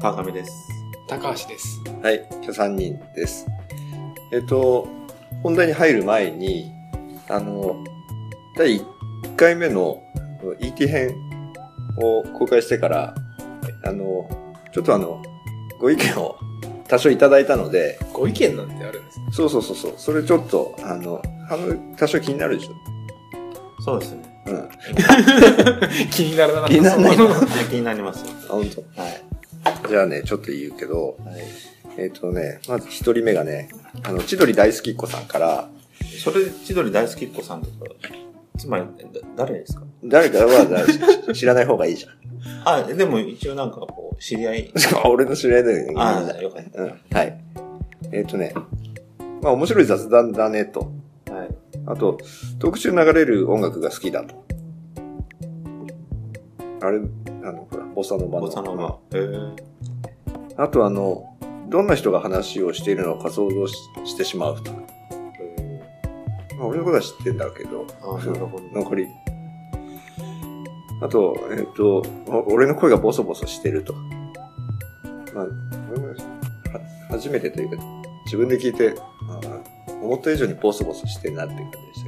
川上です。高橋です。はい。今日3人です。えっ、と、本題に入る前に、あの、第1回目の ET 編を公開してから、あの、ちょっとあの、ご意見を多少いただいたので、ご意見なんてあるんですね。そうそうそう、そうそれちょっと、あの、あの多少気になるでしょ。そうですね。うん。あ、気にならなかった。気にならないそいや気になりますよ。本はい。当。じゃあね、ちょっと言うけど、はい。えっ、とね、まず一人目がね、あの、千鳥大好きっ子さんから、それ、千鳥大好きっ子さんとか、つまり、だ誰ですか誰かはだ知らない方がいいじゃん。あ、でも一応なんかこう、知り合 い。 俺の知り合いだよね。ああ、よかっうん。はい。えっ、とね、まあ面白い雑談だねと。た。はい。あと、特集流れる音楽が好きだと。あれ、あの、ほら、ボサノバの。おさのま。へーあとあの、どんな人が話をしているのか想像ししてしまうと。へまあ、俺のことは知ってんだけーど、あ、なるほど。残り。あと、えっ、と、お俺の声がボソボソしてると。まあ、俺もは初めてというか、自分で聞いて、あー思った以上にボソボソしてんなっていう感じでした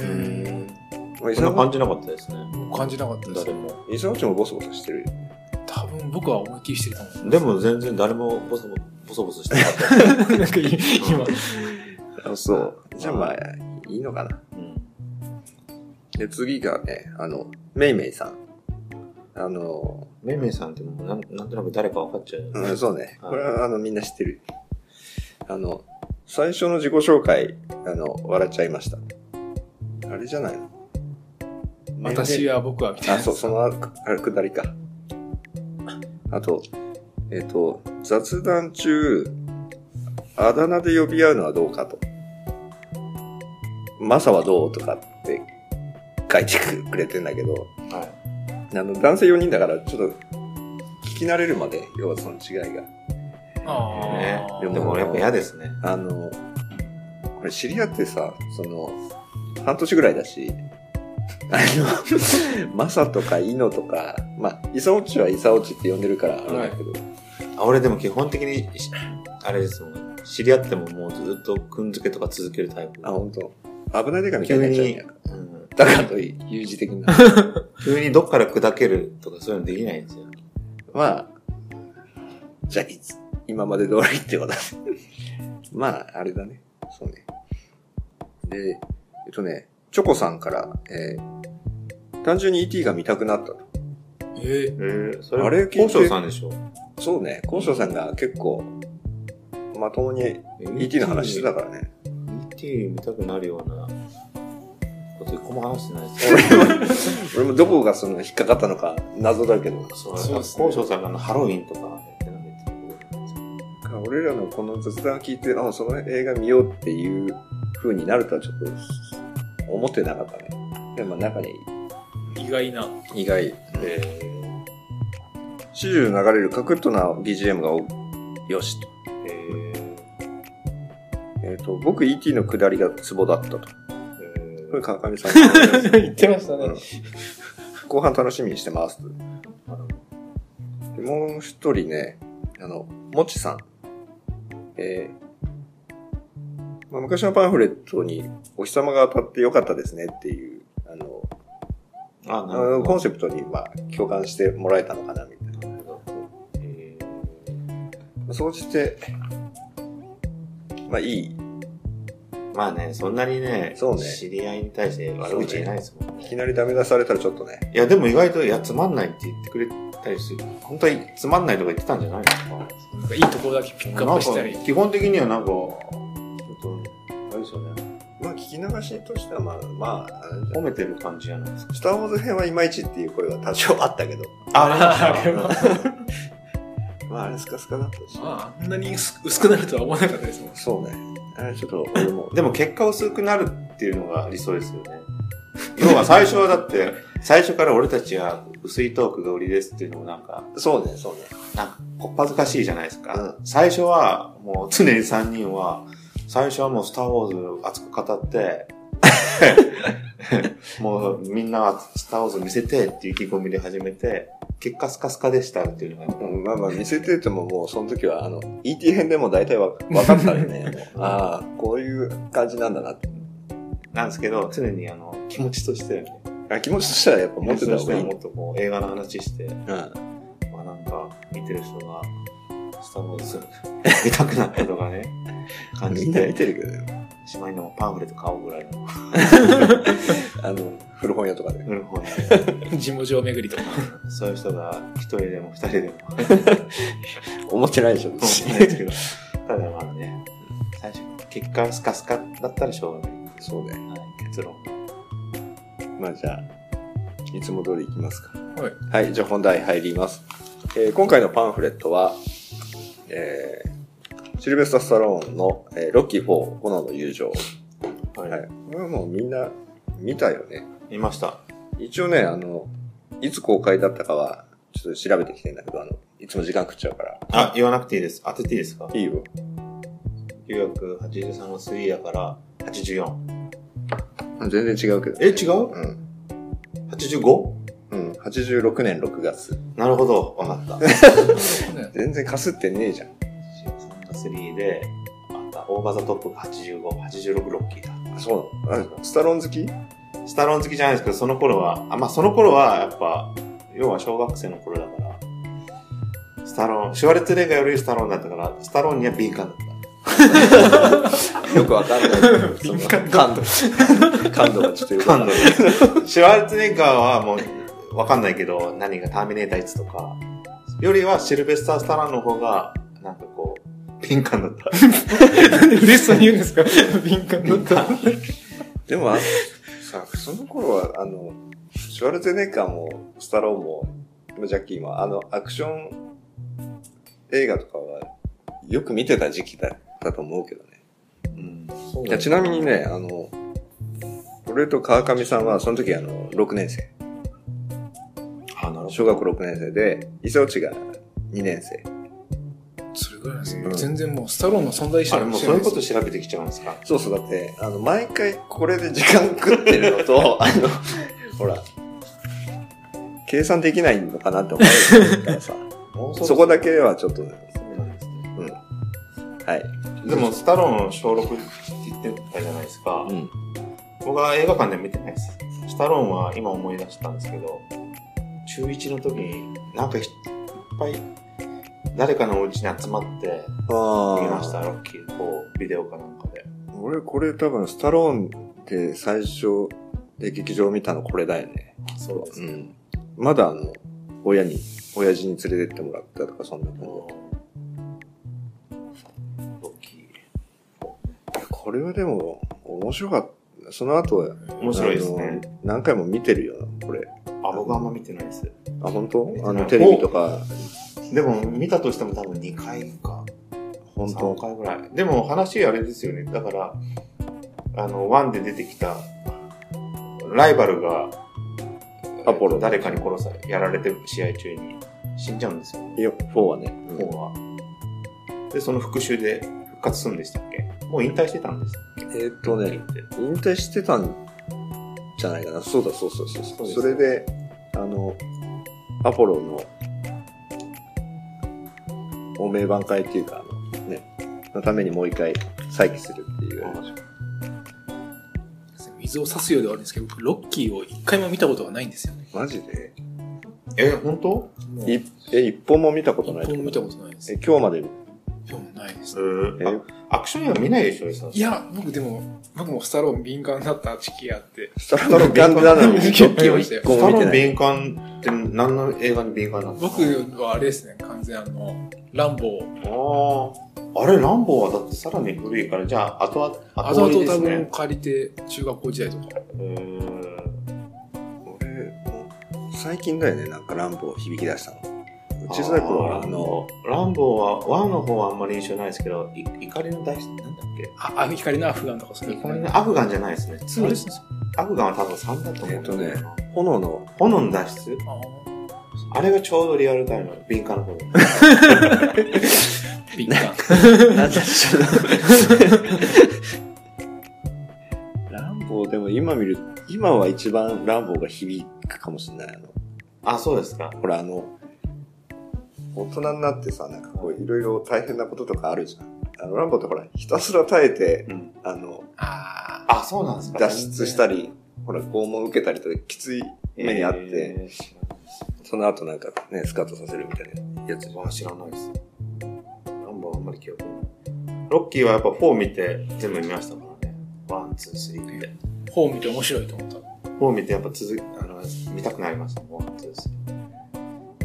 けうん。ど。まあ、そんな磯感じなかったですね。感じなかったです誰。も。野内もボソボソしてるよ。多分僕は思いっきりしてると思う。でも全然誰もボソボソ、ボソボソしてなかった。なんかい今、あそう。じゃあまあ、いいのかな。 うん。で、次がね、あの、めいめいさん。あの、めいめいさんってもうなんなんとなく誰か分かっちゃう。うん、そうね。はいこれは、あの、みんな知ってる。あの、最初の自己紹介、あの、笑っちゃいました。あれじゃないの 私は僕はみたいな。あ、そう、その、あれ、下りか。あと、えっ、と、雑談中、あだ名で呼び合うのはどうかと。マサはどうとかって書いてくれてんだけど、はい。あの、男性4人だから、ちょっと、聞き慣れるまで、要はその違いが。ねあ、ーでもやっぱ嫌ですね。あの、これ知り合ってさ、その、半年ぐらいだし、 あの、 マサとかイノとか、まあ、イサオチはイサオチって呼んでるからあれだけど、あ俺でも基本的に、しあれですもん。知り合ってももうずっとくんづけとか続けるタイプ。あ、本当危ないデカみたい急になっちゃうんに、や。うん、だからという、有事的な。急にどっから砕けるとかそういうのできないんですよ。まあ、じゃあいつ、今まで 通りってことだ。まあ、あれだね。そうね。で、えっとね、チョコさんから、えー単純に ET が見たくなったと。ええー、そあれ聞いて交渉さんでしょそうね、高翔さんが結構、まともに ET の話してたからね。 ET 見たくなるようなこと一個も話してないです俺も、俺もどこがその引っかかったのか謎だけど。そうそうですね交渉さんがあのハロウィンとかやってなんか言ってたけど俺らのこの雑談を聞いて、あ、その映画見ようっていう風になるとはちょっと思ってなかったね。でも中に意外な。意外。え始終流れるカクッとな BGM が多いよしと。ー、ええっ、と、僕 ET の下りがツボだったと。ー、これ川上さんからです。 言ってましたうん。後半楽しみにしてますと。でもう一人ね、あの、もちさん。えーまあ、昔のパンフレットにお日様が当たってよかったですねっていう、あの、あ、あなるほのコどン。セプトに、まあ、共感してもらえたのかな、みたいな。なるほどえまあ、そうして、まあ、いいまあね、そんなにね、そうね知り合いに対して悪口言えないですもんね。いきなりダメ出されたらちょっとね。いや、でも意外と、いや、つまんないって言ってくれたりする。本当につまんないとか言ってたんじゃないですか。なんかいいところだけピックアップしたりなんか基本的にはなんか、ちょっと、あれですよね。まあ、聞き流しとしては、まあ、まああれじ褒ゃめてる感じじゃないですか。ん、スター・ウォーズ編はいまいちっていう声は多少あったけど、ああれはまあ、あれスカスカだったし。まああんなに薄薄くなるとは思わなかったですもん そうね。あれちょっと、俺も。でも結果薄くなるっていうのが理想ですよね。要は最初はだって、最初から俺たちは薄いトークが売りですっていうのもなんか、そうね、そうね。なんか、こっぱずかしいじゃないですか。う最初は、もう常に3人は、最初はもうスターウォーズ熱く語 って、もうみんながスターウォーズ見せてっていう意気込みで始めて、結果スカスカでしたっていうのが、うんまあまあ見せててももうその時はあの ET 編でも大体わ分かったんでね。もう ああ、こういう感じなんだなって。なんですけど、常にあの、気持ちとして、あ気持ちとしてはやっぱ持持っっててたた方方ががいい。もっとこう映画の話して、うん。まあなんか、見てる人が、スターウォーズ見たくなったとかね、 感みじんなて、見てるけどね。しまいにもパンフレット買おうぐらいの、あの、古本屋とかで。古本屋地元上巡りとかそういう人が一人でも二人でも思ってないでしょ。思ってないですけど、ただまあね、最初、結果スカスカだったらしょうがない。 そうね。はい、結論。まあじゃあ、いつも通りいきますか。。はいはい、じゃあ本題入ります。えー今回のパンフレットは、えーシルベスタ・スタローンの、えーロッキー4、炎の友情。ははい。これはもうみんな見たよね。いました。一応ね、あの、いつ公開だったかは、ちょっと調べてきてんだけど、あの、いつも時間食っちゃうから。あ、言わなくていいです。当てていいですかいいよ。 ?983 の3やから、84。全然違うけど。え、違ううん。 ?85? うん。86年6月。なるほど、わかった。ね全然かすってねえじゃん。 83が3で、あった、オーバーザトップが85、86ロッキーだ。そうなのあスタローン好きスタローン好きじゃないですけど、その頃は、あ、まあその頃はやっぱ、要は小学生の頃だから、スタローン、シュワルツェネッガーよりスタローンだったから、スタローンには敏感だ っ よくわかんない。その感度。感度がちょっとよた。く感度わかんない。がシュワルツェネッガーはもう、わかんないけど、何がターミネーター1とか、よりはシルベスター・スタローンの方が、なんかこう、敏感だった。なんで 嬉しそうに言うんですか 敏感だったでも、あのさ、その頃は、あの、シュワルツェネッガーも、スタローンも、ジャッキーも、あの、アクション映画とかは、よく見てた時期だったと思うけどね。うん。いやちなみにね、あの、俺と川上さんは、その時、あの、6年生。あ、なるほ小ど。学校6年生で、伊勢落ちが2年生。それぐらいなんですうよ、ん全然もうスタローンの存在意識あなれんもうて知そうらないいうでこすと調べてきちゃうんですかそうそう、だって、あの、毎回これで時間食ってるの と、あの、ほら、計算できないのかなって思うからさ、もうろろそこだけはちょっと、ね、そうなんですね。はい。でも、スタローン小6って言ってたじゃないですか。ん。僕は映画館で見てないです。スタローンは今思い出したんですけど、中1の時に、なんかひいっぱい、誰かのお家に集まって、ああ。見ました、ロッキー。こう、ビデオかなんかで。俺、これ多分、スタローンって最初で劇場見たのこれだよね。そうでうん。まだあの、親に、親父に連れてってもらったとか、そんな感じだロッキこれはでも、面白かった。その後は、ー。面白いですね。あの何回も見てるよな、これ。あ、僕はあんま見てないです。あ、本当見てないあの、テレビとか、でも、見たとしても多分2回か。本3当回ぐらい。でも話あれですよね。だから、あの、ワンで出てきた、ライバルが、アポロ誰かに殺され、やられて試合中に死んじゃうんですよ、いや、4はね。もうは。で、その復讐で復活するんでしたっけもう引退してたんですえーっとね、引退してたんじゃないかな。そうだ、そうそうそうそそううですそれで、あの、アポロの、お名挽回っていうか、あの、ね、のためにもう一回再起するっていう。水を差すようではあるんですけど僕ロッキーを一回も見たことがないんですよねマジでえ、本当もういえ、一本も見たことない一本も見たことないですえ、今日まで票もないですうね。んえアクション映画見ないでしょ、久々いや、僕でも、僕もスタローン敏感だった時期があって、スタローンガンダなの に、結構ロッキーを一個スもタ見ローンてない。敏感って何の映画に敏感なんです僕かはあれですね、完全にあの、ランボー、ああ。あれ、ランボーはだってさらに古いから、じゃあ、後は、あ後ざ追いとです多分ね。借りて、中学校時代とか。うーん俺も最近だよね、なんか乱暴響き出したの。小さい頃は、あの、ランボーは、1の方はあんまり印象ないですけど、い怒りの大師、なんだっあ、あ光のアフガンとかそけれ怒りのアフガンじゃないですね。2そうで。ですすね。アフガンは多分3だと思うんだけどえっと炎の、炎の脱出ああれがちょうどリアルタイム、敏感な方ー敏感。なんだっけなランボーでも今見る、今は一番ランボーが響くかもしれない。あの、あ、そうですか。ほらあの、大人になってさ、なんかこういろいろ大変なこととかあるじゃん。あの、ランボーってほら、ひたすら耐えて、うん。あの、ああ、そうなんですか。脱出したり、ほら、拷問受けたりとか、きつい目にあって、えその後なんかね、スカートさせるみたいなやつじゃー。んまあ知らないです。ランボーあんまり記憶ない。ロッキーはやっぱ4見て全部見ましたからね。ワン、ツー、スリーって。ー本見て面白いと思った。 4見てやっぱ続き、あの、見たくなりました。ワン、ツー、スリ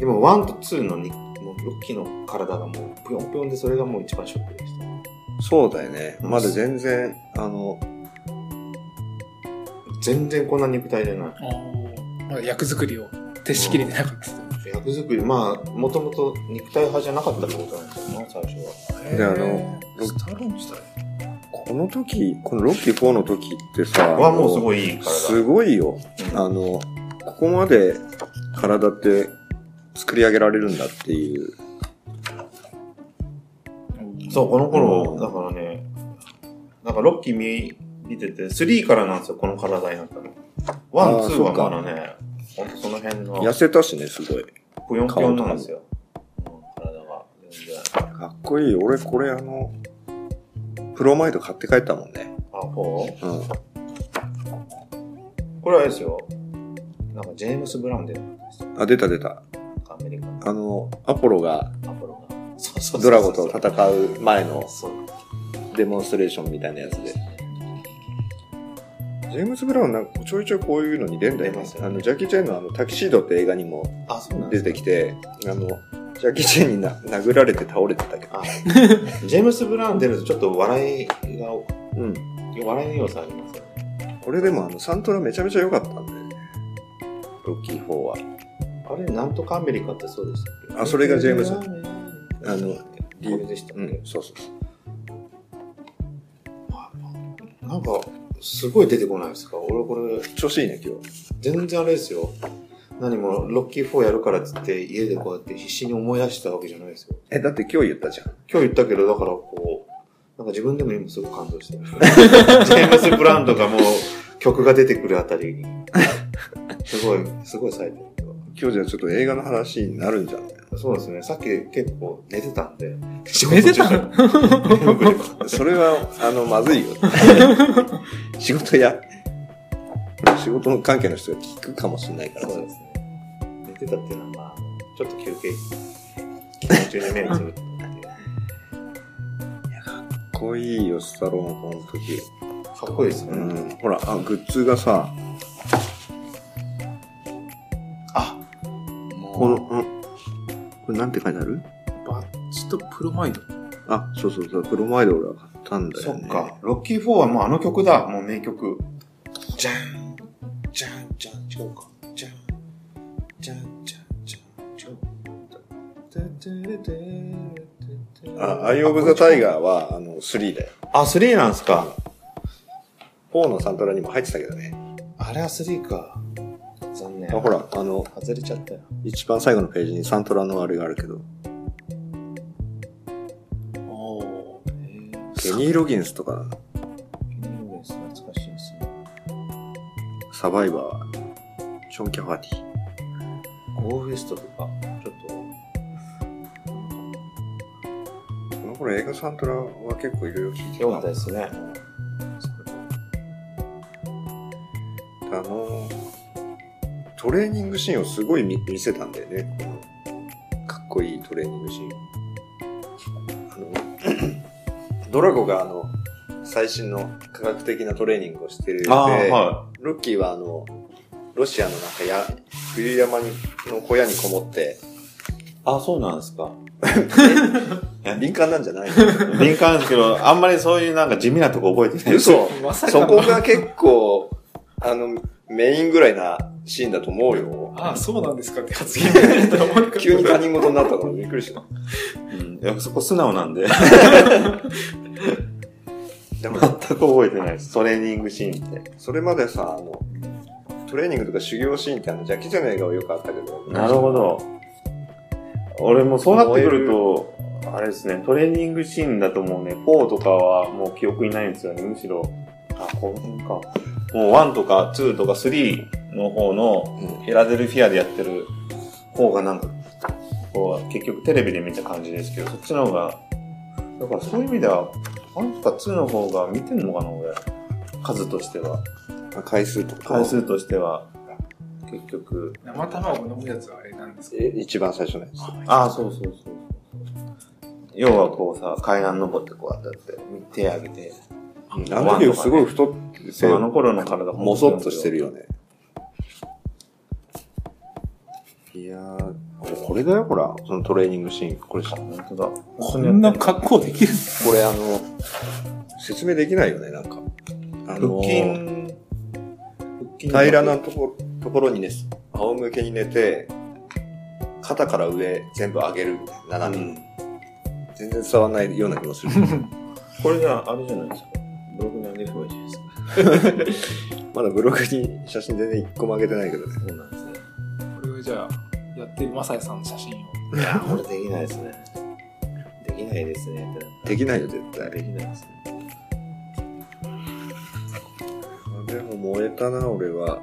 ー。でもワンとツーのに、もうロッキーの体がもうぷよんぷよんでそれがもう一番ショックでした。そうだよね。うんまだ全然、あの、全然こんな肉体でない。あーまだ役作りを徹しきれてなかったですね。役作り、まあ、もともと肉体派じゃなかったってことなんですよね、最初は。であのへースタローンしたい。この時、このロッキー4の時ってさ、はもうすい。ごいいい体。すごいよ。あの、ここまで体って作り上げられるんだっていう。そう、この頃、うんだからね、なんかロッキー見見てて、3からなんですよ、この体になったの。あ1、ー2そはっかまだね、ほんとその辺の、痩せたしね、すごい。ぷよんぷよんなんですよ。うん体が、全然。かっこいい。俺、これあの、プロマイド買って帰ったもんね。あ、こうん。うこれはあれですよ。なんか、ジェームス・ブラウンで、なんあ、出た出た。かアメリカのあの、アポロがアポロが。そうそうそうそうドラゴと戦う前のそうデモンストレーションみたいなやつで。ジェームズ・ブラウンなんかちょいちょいこういうのに出るんだよ出ねます。よねあの、ジャッキー・チェンのあの、タキシードって映画にもあ、そうなんですか出てきて、あの、ジャッキー・チェンにな殴られて倒れてたけど。あジェームス・ブラウン出るとちょっと笑いが、うん。笑いの要素ありますよね。俺でもあの、サントラめちゃめちゃ良かったんだよね。ロッキー4は。あれ、なんとかアメリカってそうでしたっけあそれがジェームズあの、これでしたっうけん、、そうそうそう。なんか、すごい出てこないですか俺これ、調子いいね、今日。全然あれですよ。何も、ロッキー4やるからっつって、家でこうやって必死に思い出したわけじゃないですよ。え、だって今日言ったじゃん。今日言ったけど、だからこう、なんか自分でも今すごく感動して る。ジェームス・ブラウンとかもう、曲が出てくるあたりに、すごい、すごい冴えてるけど。今日じゃあちょっと映画の話になるんじゃないそうですね。さっき結構寝てたんで。寝てたののそれは、あの、まずいよ。 仕事や、仕事の関係の人が聞くかもしれないからそさうですね。寝てたっていうのは、まあ、ちょっと休憩、休憩中に目をつぶってかっこいいよ、スタローン、この時。かっこいいですね。うん。ほら、あ、グッズがさ、あこの、もうん。これなんて書いてあるバッチとプロマイド。あ、そうそうそう、プロマイドが買ったんう、だよそね。っか。ロッキー4はもうあの曲だ。もう名曲。じゃん。じゃん、じゃん、違うか。じゃん。じゃん、じゃん、じゃん、違う。あ、アイオブザタイガーは、あの、3だよ。ー。あ、3なんすか。 4のサントラにも入ってたけどね。あれは3か。残念。あほら、あの、外れちゃったよ。一番最後のページにサントラのあれがあるけど、おえー、ケニー・ロギンスとか、ケニー・ロゲンス懐かしいですね。サバイバー、チョン・キャファティ。ゴーフェストとか、ちょっと、この頃映画サントラは結構いろいろ聞いて良かったですね。あの、トレーニングシーンをすごい見見せたんだよね。このかっこいいトレーニングシーン。あの、ドラゴがあの、 最新の科学的なトレーニングをしてるああ、ので、はロッキーはあの、ロシアのなんかや、冬山にの小屋にこもって、い。あ、そうなんです か。敏感なんじゃない敏感ですけど、あんまりそういうなんか地味なとこ覚えてないのです。 嘘まさかそのこが結構、あの、メインぐらいなシーンだと思うよ。ああ、そうなんです かって発言になるとは思わなかった急に他人事になったからびっくりしうた。ん。いやそこ素直なんで、でも全、く覚えてないです。トレーニングシーンって。それまでさ、あの、トレーニングとか修行シーンってあの、ジャッキーちゃんの映画はよくあったけど。なるほど。俺もそうなってくると、あれですね、トレーニングシーンだともうね、4とかはもう記憶にないんですよね。むしろ、あ、この辺か。もう1とか2とか3の方のうん。フィラデルフィアでやってる方がなんか、こう、結局テレビで見た感じですけど、そっちの方が、だからそういう意味では、1とか2の方が見てんのかな、俺。数としては。回数とか。回数としては、結局。生卵飲むやつはあれなんですかえ一番最初のやつ。ああ、そうそうそうそう。要はこうさ、階段登ってこうやってやって、手上げて。あの時すごい太っててそう、あ、の頃の体もそっとしてるよ。ね。いやー、これだよ、ほら。そのトレーニングシーン。これ、こ本当だ。こんな格好できるれあの、説明できないよね、なんか。あ腹の筋、平らなとこところにね、仰向けに寝て、肩から上全部上げる、斜めに。全然伝わらないような 気もする。これがあれじゃないですか。ブログに上げればいいじゃないですか。まだブログに写真全然一個も上げてないけどね。そうなんですね。これをじゃあ、やってるマサイさんの写真を。いやー、俺できないですね。できないですね。できないよ、絶ってな対ったら。できないですね。でも燃えたな、俺は。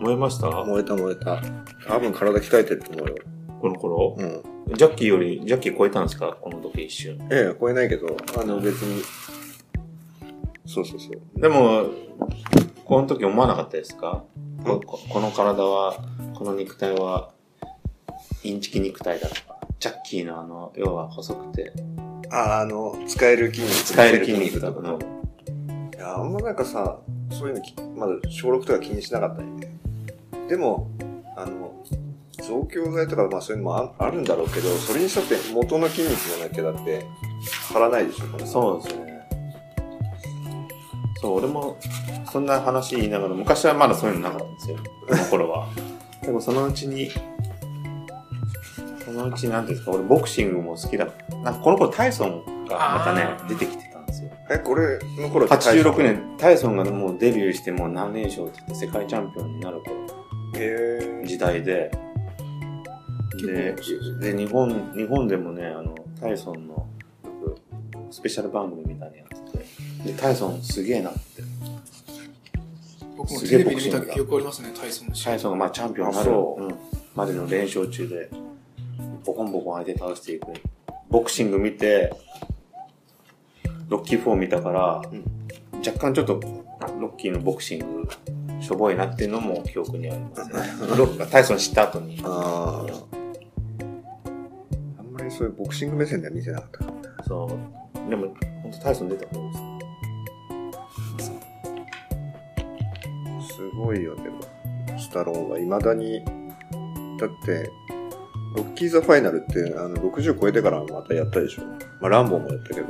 燃えましたこ燃えた燃えた。多分体鍛えてると思うよ。の頃うん。ジャッキーより、ジャッキー超えたんですかこの時一瞬。ええ、超えないけど、あの別に。そうそうそう。でも、この時思わなかったですか、んこここの体は、この肉体は、インチキ肉体だとか、ジャッキーのあの、要は細くて、あ、あの、使える筋肉。使える筋肉だとか、いや、あんまなんかさ、そういうのき、まだ小6とか気にしなかったよね。でも、あの、増強剤とか、まあそういうのもああるんだろうけど、それにしたって元の筋肉じゃなきゃだって、張らないでしょ、これそうですね。そう、俺も、そんな話言いながら、昔はまだそういうのなかったんですよ。この頃は。 でもそのうちに、そのうちなんていうんですか、俺ボクシングも好きだ。なんかこの頃タイソンがまたねあ、ー出てきてたんですよ。え、これの頃86。年、タイソンがもうデビューしてもう何連勝って言って世界チャンピオンになる頃へえ時代で、で結構、で、日本、日本でもね、あの、タイソンの、よくスペシャル番組みたいにやってて、で、タイソンすげえなって。僕もテレビで見た記憶ありますね、タイソンの試タイ合。ソンがまあチャンピオンになるあそううんまでの連勝中で、ボコンボコン相手倒していく。ボクシング見て、ロッキー4見たから、若干ちょっと、ロッキーのボクシング、しょぼいなっていうのも記憶にあり ますね。ロッタイソン知った後に。ああ。あんまりそういうボクシング目線では見てなかった。そう。でも、本当タイソン出た方です。すごいよ、でも。スタローンは未だに。だって、ロッキー・ザ・ファイナルって、あの、60超えてからまたやったでしょ。まあ、ランボーもやったけど。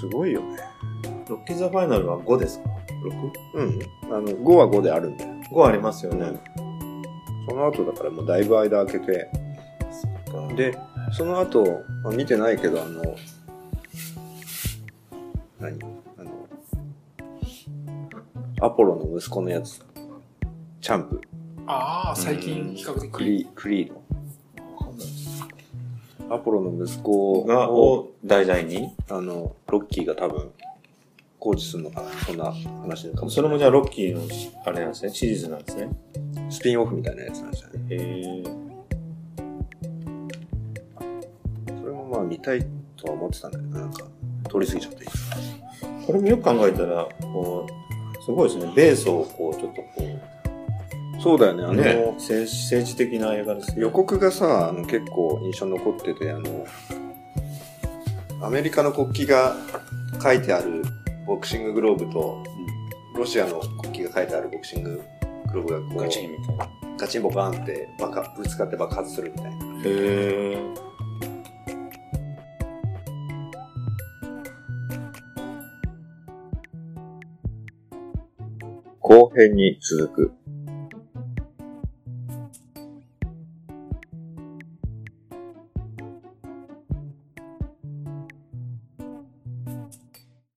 すごいよね。ロッキーザファイナルは5ですか ?6?5 うん。あの、5は5であるんだよ。ありますよね。その後だからもうだいぶ間空けて。で、で、その後、まあ、見てないけど、あの、何あの、アポロの息子のやつ。チャンプ。ああ、最近比較ク的。リクリーの。アポロの息子が、を、を題材にあの、ロッキーが多分、コーチするのかなそんな話かもしそれれなもい。じゃあロッキーのし、あれなんですね、シリーズなんですね。スピンオフみたいなやつなんですよね。へーそれもまあ見たいとは思ってたんだけど、なんか、通り過ぎちゃっていいですかこれもよく考えたら、こう、すごいですね。ベースをこう、ちょっとこう、そうだよね、ああの、の、政治政治的な映画ですね。予告がさ、あの結構印象に残ってて、あの、あアメリカの国旗が書いてあるボクシンググローブと、ロシアの国旗が書いてあるボクシンググローブがこうガチンみたいな。ガチンボバーンって爆発ぶつかって爆発するみたいな。へえ。後編に続く。